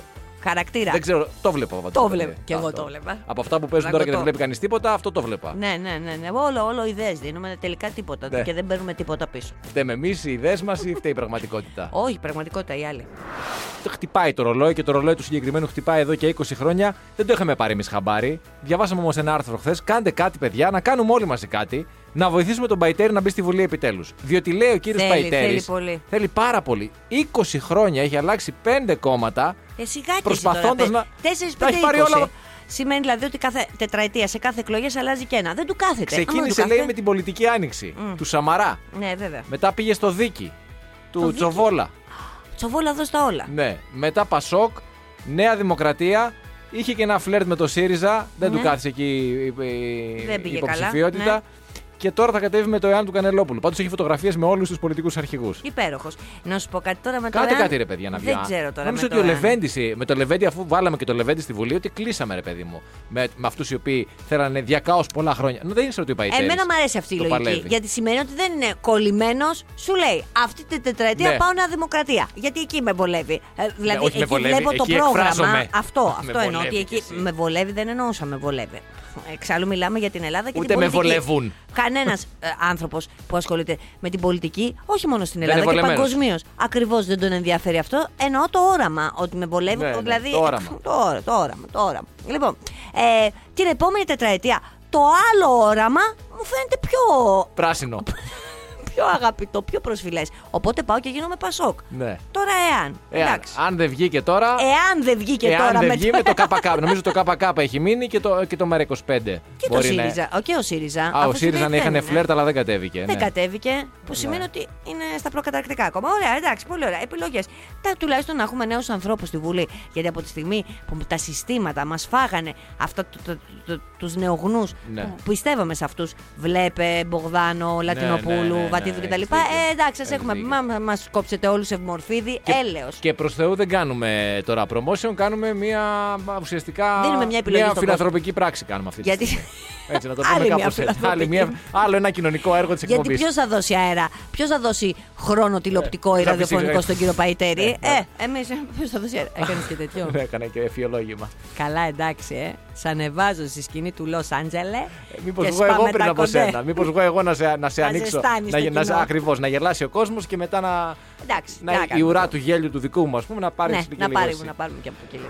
Speaker 4: χαρακτήρα.
Speaker 3: Δεν ξέρω, το βλέπω. αυτό
Speaker 4: Το
Speaker 3: παιδί.
Speaker 4: βλέπω. Κι εγώ
Speaker 3: Αυτό.
Speaker 4: το βλέπα.
Speaker 3: Από αυτά που παίζουν τώρα και δεν
Speaker 4: Πραγματικό.
Speaker 3: βλέπει κανείς τίποτα, αυτό το βλέπα.
Speaker 4: Ναι, ναι, ναι, ναι. Όλο, όλο ιδέες δίνουμε τελικά τίποτα
Speaker 3: Ναι.
Speaker 4: και δεν παίρνουμε τίποτα πίσω.
Speaker 3: Φταίμε εμείς, οι ιδέες μας ή φταίει η πραγματικότητα.
Speaker 4: Όχι, πραγματικότητα οι άλλοι.
Speaker 3: χτυπάει το ρολόι και το ρολόι του συγκεκριμένου χτυπάει εδώ και 20 χρόνια. Δεν το είχαμε πάρει εμείς χαμπάρι. Διαβάσαμε όμως ένα άρθρο χθες. Κάντε κάτι, παιδιά, να κάνουμε όλοι μαζί κάτι. Να βοηθήσουμε τον Παϊτέρη να μπει στη Βουλή επιτέλους. Διότι λέει ο κύριος
Speaker 4: Θέλει,
Speaker 3: Παϊτέρη.
Speaker 4: θέλει πολύ.
Speaker 3: Θέλει πάρα πολύ. 20 χρόνια έχει αλλάξει 5 κόμματα.
Speaker 4: Ε, σιγά και
Speaker 3: Προσπαθώντας να- τα έχει πάρει όλα.
Speaker 4: 4-5-20. Σημαίνει δηλαδή ότι κάθε τετραετία σε κάθε εκλογές αλλάζει και ένα. Δεν του κάθεται. Ε, Άμα
Speaker 3: Ξεκίνησε,
Speaker 4: του
Speaker 3: λέει, με
Speaker 4: κάθεται-
Speaker 3: την πολιτική άνοιξη
Speaker 4: Mm.
Speaker 3: του Σαμαρά.
Speaker 4: Ναι, βέβαια.
Speaker 3: Μετά πήγε στο Δίκη του
Speaker 4: Το Δίκη.
Speaker 3: Τσοβόλα.
Speaker 4: Τσοβόλα εδώ στα όλα.
Speaker 3: Ναι. Μετά Πασόκ, Νέα Δημοκρατία. Είχε και ένα φλερτ με το ΣΥΡΙΖΑ. Δεν
Speaker 4: Ναι.
Speaker 3: του κάθισε εκεί η- η,
Speaker 4: Δεν
Speaker 3: η
Speaker 4: πήγε
Speaker 3: υποψηφιότητα.
Speaker 4: καλά, ναι.
Speaker 3: Και τώρα θα κατέβει με το Εάν του Κανελόπουλου. Πάντως έχει φωτογραφίες με όλους τους πολιτικούς αρχηγούς.
Speaker 4: Υπέροχος. Να σου πω κάτι τώρα με το.
Speaker 3: Κάντε
Speaker 4: εάν-
Speaker 3: κάτι ρε παιδιά να βγει.
Speaker 4: Δεν ξέρω τώρα.
Speaker 3: Νομίζω ότι
Speaker 4: με
Speaker 3: ο
Speaker 4: το εάν.
Speaker 3: Λεβέντη, με το Λεβέντη, αφού βάλαμε και το Λεβέντη στη Βουλή, ότι κλείσαμε ρε παιδί μου. Με, με αυτούς οι οποίοι θέλανε διακάως πολλά χρόνια. Νο, δεν ήξερα ότι είπα η
Speaker 4: Εμένα
Speaker 3: Τέρης.
Speaker 4: μου αρέσει αυτή η
Speaker 3: Το
Speaker 4: λογική.
Speaker 3: παλεύει.
Speaker 4: Γιατί σημαίνει ότι δεν είναι κολλημένος. Σου λέει αυτή την τετραετία
Speaker 3: Ναι.
Speaker 4: πάω Νέα Δημοκρατία. Γιατί εκεί με βολεύει. Ε, δηλαδή
Speaker 3: όχι με
Speaker 4: εκεί
Speaker 3: βολεύει,
Speaker 4: βλέπω το
Speaker 3: εκεί
Speaker 4: πρόγραμμα.
Speaker 3: εκφράζομαι.
Speaker 4: Αυτό,
Speaker 3: Με
Speaker 4: αυτό εννοώ.
Speaker 3: βολεύει
Speaker 4: Ότι
Speaker 3: κι
Speaker 4: εκεί
Speaker 3: εσύ.
Speaker 4: με βολεύει, δεν εννοούσα με βολεύει. Εξάλλου μιλάμε για την Ελλάδα και
Speaker 3: Ούτε
Speaker 4: την
Speaker 3: με
Speaker 4: πολιτική.
Speaker 3: βολεύουν.
Speaker 4: Κανένας άνθρωπος που ασχολείται με την πολιτική, όχι μόνο στην
Speaker 3: Δεν
Speaker 4: Ελλάδα
Speaker 3: είναι
Speaker 4: και
Speaker 3: βολεμένος.
Speaker 4: παγκοσμίως. Ακριβώς δεν τον ενδιαφέρει αυτό. Εννοώ το όραμα ότι με βολεύει.
Speaker 3: Ναι, ναι,
Speaker 4: δηλαδή,
Speaker 3: το όραμα.
Speaker 4: το, όρα- το όραμα, το όραμα. Λοιπόν, ε, την επόμενη τετραετία το άλλο όραμα μου φαίνεται πιο,
Speaker 3: Πράσινο.
Speaker 4: πιο αγαπητό, πιο προσφυλές. Οπότε πάω και γίνομαι πασόκ.
Speaker 3: ναι.
Speaker 4: Τώρα εάν.
Speaker 3: Εάν-
Speaker 4: εντάξει. Ε,
Speaker 3: αν δεν βγει και τώρα.
Speaker 4: Εάν δεν βγήκε
Speaker 3: εάν
Speaker 4: τώρα
Speaker 3: δεν
Speaker 4: με
Speaker 3: βγει με το ΚΚ. Νομίζω το ΚΚ έχει μείνει και το, και το ΜΕΡΑ25.
Speaker 4: Και το
Speaker 3: Μπορεί να-
Speaker 4: ΣΥΡΙΖΑ. Ο, και ο ΣΥΡΙΖΑ.
Speaker 3: Α,
Speaker 4: αφού
Speaker 3: ο
Speaker 4: σου
Speaker 3: ΣΥΡΙΖΑ
Speaker 4: λέει
Speaker 3: να είχαν
Speaker 4: δεν είναι.
Speaker 3: φλερτ, αλλά δεν κατέβηκε.
Speaker 4: Δεν
Speaker 3: ναι.
Speaker 4: κατέβηκε, που σημαίνει ότι είναι στα προκαταρκτικά ακόμα. Ωραία, εντάξει, πολύ ωραία. Επιλογές. Τα τουλάχιστον να έχουμε νέους ανθρώπους στη Βουλή. Γιατί από τη στιγμή που τα συστήματα μας φάγανε αυτά το, το, το, τους νεογνούς
Speaker 3: Ναι.
Speaker 4: που πιστεύαμε σε αυτούς, Βλέπε, Μπογδάνο, Λατινοπούλου,
Speaker 3: ναι, ναι, ναι,
Speaker 4: Βατίδου
Speaker 3: ναι,
Speaker 4: κτλ.
Speaker 3: έχεις δίκιο.
Speaker 4: Ε, εντάξει, σας
Speaker 3: Έχεις
Speaker 4: έχουμε πει,
Speaker 3: δίκιο.
Speaker 4: μα μας κόψετε όλους ευμορφίδι,
Speaker 3: Και-
Speaker 4: έλεος.
Speaker 3: Και προς Θεού δεν κάνουμε τώρα promotion, κάνουμε μια α, ουσιαστικά.
Speaker 4: Δίνουμε μια επιλογή στον
Speaker 3: φιλανθρωπική πράξη κάνουμε αυτή τη
Speaker 4: Γιατί-
Speaker 3: στιγμή. Έτσι, να το
Speaker 4: Άλλη
Speaker 3: πούμε
Speaker 4: μια
Speaker 3: κάπως έτσι. Άλλη
Speaker 4: φιλανθρωπική.
Speaker 3: μια- άλλο ένα κοινωνικό έργο της
Speaker 4: Γιατί
Speaker 3: εκπομπής.
Speaker 4: ποιος θα δώσει αέρα, ποιος θα δώσει χρόνο τηλεοπτικό
Speaker 3: Ε,
Speaker 4: ή
Speaker 3: θα πεις,
Speaker 4: ραδιοφωνικό
Speaker 3: ε,
Speaker 4: στον κύριο Παϊτέρη.
Speaker 3: ε, ναι.
Speaker 4: Ε, εμείς. Ποιος θα δώσει αέρα. Έκανε και τέτοιο.
Speaker 3: Έκανα και εφιολόγημα.
Speaker 4: Καλά, εντάξει, ε. Σ' ανεβάζω στη σκηνή του Λος Άντζελε.
Speaker 3: Μήπως
Speaker 4: και
Speaker 3: Ε, βγω
Speaker 4: σπάμε
Speaker 3: εγώ
Speaker 4: τα
Speaker 3: πριν από
Speaker 4: κοντέ.
Speaker 3: σένα. Μήπως βγω εγώ να σε, να σε
Speaker 4: Να
Speaker 3: ανοίξω.
Speaker 4: ζεστάνεις το
Speaker 3: γε- να,
Speaker 4: κοινό.
Speaker 3: Ακριβώς, να γελάσει ο κόσμος και μετά να.
Speaker 4: Εντάξει,
Speaker 3: να-
Speaker 4: τι να
Speaker 3: η
Speaker 4: κάνουμε
Speaker 3: ουρά
Speaker 4: τώρα.
Speaker 3: του γέλιου του δικού μου, ας πούμε, να πάρει
Speaker 4: Ναι,
Speaker 3: και
Speaker 4: να,
Speaker 3: λίγο
Speaker 4: πάρει,
Speaker 3: εσύ.
Speaker 4: να πάρουμε και από εκεί λίγο.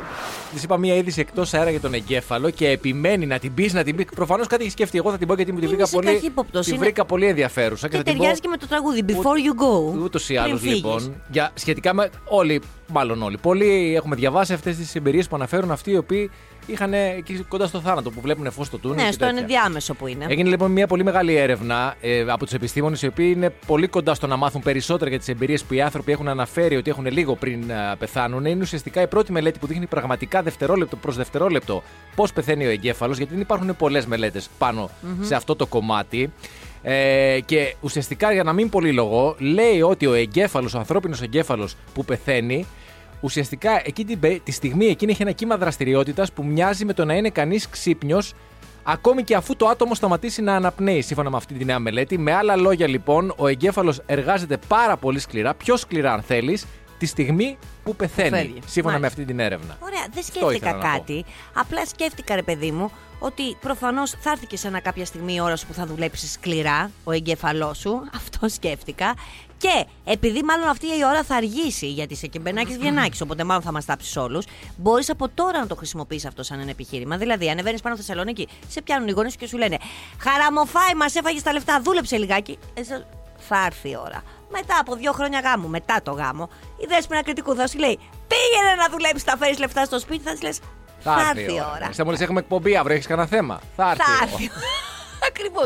Speaker 3: Της είπα μία είδηση εκτός αέρα για τον εγκέφαλο και επιμένει να την πεις, να την πεις. Προφανώς κάτι έχει σκεφτεί. Εγώ θα την πω γιατί μου τη
Speaker 4: Είναι
Speaker 3: βρήκα
Speaker 4: σε
Speaker 3: πολύ.
Speaker 4: καχύποπτος,
Speaker 3: Τη
Speaker 4: είναι-
Speaker 3: βρήκα πολύ ενδιαφέρουσα και
Speaker 4: Και
Speaker 3: θα την πω.
Speaker 4: ταιριάζει και με το τραγούδι Before you go.
Speaker 3: Ούτως ή
Speaker 4: πριν
Speaker 3: άλλως,
Speaker 4: φύγεις.
Speaker 3: λοιπόν, για, σχετικά με όλοι, μάλλον όλοι, πολλοί έχουμε διαβάσει αυτές τις εμπειρίες που αναφέρουν αυτοί οι οποίοι είχαν εκεί κοντά στο θάνατο, που βλέπουν φως στο τούνελ.
Speaker 4: Ναι,
Speaker 3: και
Speaker 4: στο
Speaker 3: τέτοια.
Speaker 4: ενδιάμεσο που είναι.
Speaker 3: Έγινε λοιπόν μια πολύ μεγάλη έρευνα ε, από τους επιστήμονες, οι οποίοι είναι πολύ κοντά στο να μάθουν περισσότερα για τις εμπειρίες που οι άνθρωποι έχουν αναφέρει ότι έχουν λίγο πριν ε, πεθάνουν. Είναι ουσιαστικά η πρώτη μελέτη που δείχνει πραγματικά δευτερόλεπτο προς δευτερόλεπτο πώς πεθαίνει ο εγκέφαλος, γιατί δεν υπάρχουν πολλές μελέτες σε αυτό το κομμάτι. Ε, και ουσιαστικά, για να μην πολυλογώ, λέει ότι ο εγκέφαλος, ο ανθρώπινος εγκέφαλος που πεθαίνει, ουσιαστικά εκείνη την πε- τη στιγμή εκείνη έχει ένα κύμα δραστηριότητας που μοιάζει με το να είναι κανείς ξύπνιος ακόμη και αφού το άτομο σταματήσει να αναπνέει, σύμφωνα με αυτή τη νέα μελέτη. Με άλλα λόγια, λοιπόν, ο εγκέφαλος εργάζεται πάρα πολύ σκληρά, πιο σκληρά αν θέλεις, τη στιγμή που πεθαίνει,
Speaker 4: Φεύγει.
Speaker 3: σύμφωνα με
Speaker 4: Μάλιστα.
Speaker 3: αυτή την έρευνα.
Speaker 4: Ωραία, δεν
Speaker 3: Αυτό
Speaker 4: σκέφτηκα
Speaker 3: ήθελα να πω.
Speaker 4: κάτι. Απλά σκέφτηκα, ρε παιδί μου, ότι προφανώς θα έρθει και σε ένα κάποια στιγμή η ώρα σου που θα δουλέψεις σκληρά ο εγκέφαλός σου. Αυτό σκέφτηκα. Και επειδή μάλλον αυτή η ώρα θα αργήσει, γιατί είσαι και Μπενάκη Βιενάκη, οπότε μάλλον θα μας τάψεις όλους, μπορείς από τώρα να το χρησιμοποιήσει αυτό σαν ένα επιχείρημα. Δηλαδή, ανεβαίνεις πάνω στη Θεσσαλονίκη, σε πιάνουν οι γονείς σου και σου λένε Χαραμοφάι, μας έφαγες τα λεφτά, δούλεψε λιγάκι. Εσύ, θα έρθει η ώρα. Μετά από δύο χρόνια γάμου, μετά το γάμο, η δέσποινα κριτικού θα σου λέει Πήγαινε να δουλέψεις, θα φέρεις λεφτά στο σπίτι, θα της λες. Θα έρθει η ώρα.
Speaker 3: Σαν μόλις έχουμε εκπομπή αύριο, έχεις κανένα θέμα. Θα έρθει. η
Speaker 4: Θα
Speaker 3: ώρα.
Speaker 4: έρθει. Ακριβώ.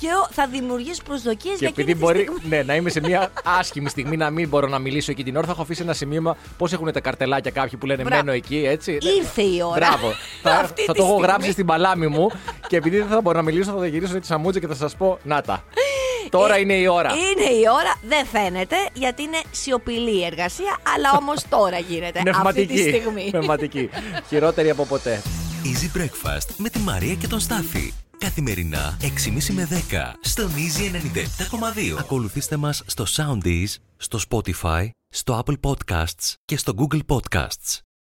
Speaker 4: Και ο- θα δημιουργήσει προσδοκίες
Speaker 3: Και
Speaker 4: για εκείνη
Speaker 3: επειδή
Speaker 4: τη
Speaker 3: μπορεί
Speaker 4: στιγμή.
Speaker 3: ναι, να είμαι σε μια άσχημη στιγμή να μην μπορώ να μιλήσω εκεί την ώρα, θα έχω αφήσει ένα σημείωμα πώς έχουν τα καρτελάκια κάποιοι που λένε
Speaker 4: Μπράβο.
Speaker 3: Μένω εκεί, έτσι.
Speaker 4: Ήρθε η ώρα.
Speaker 3: Μπράβο. θα,
Speaker 4: Αυτή
Speaker 3: θα
Speaker 4: τη
Speaker 3: το έχω
Speaker 4: στιγμή.
Speaker 3: γράψει στην παλάμη μου και επειδή δεν θα μπορώ να μιλήσω, θα το γυρίσω τη σαμούτσα και θα σας πω Να τα. Τώρα
Speaker 4: Ε,
Speaker 3: είναι η ώρα.
Speaker 4: Είναι η ώρα, δεν φαίνεται, γιατί είναι σιωπηλή η εργασία, αλλά όμως τώρα γίνεται. αυτή τη
Speaker 3: Πνευματική.
Speaker 4: στιγμή.
Speaker 3: Πνευματική. Χειρότερη από ποτέ.
Speaker 2: Easy Breakfast με τη Μαρία και τον Στάφη. Καθημερινά 6.30 με 10 στον Easy 97.2. Ακολουθήστε μας στο Soundees, στο Spotify, στο Apple Podcasts και στο Google Podcasts.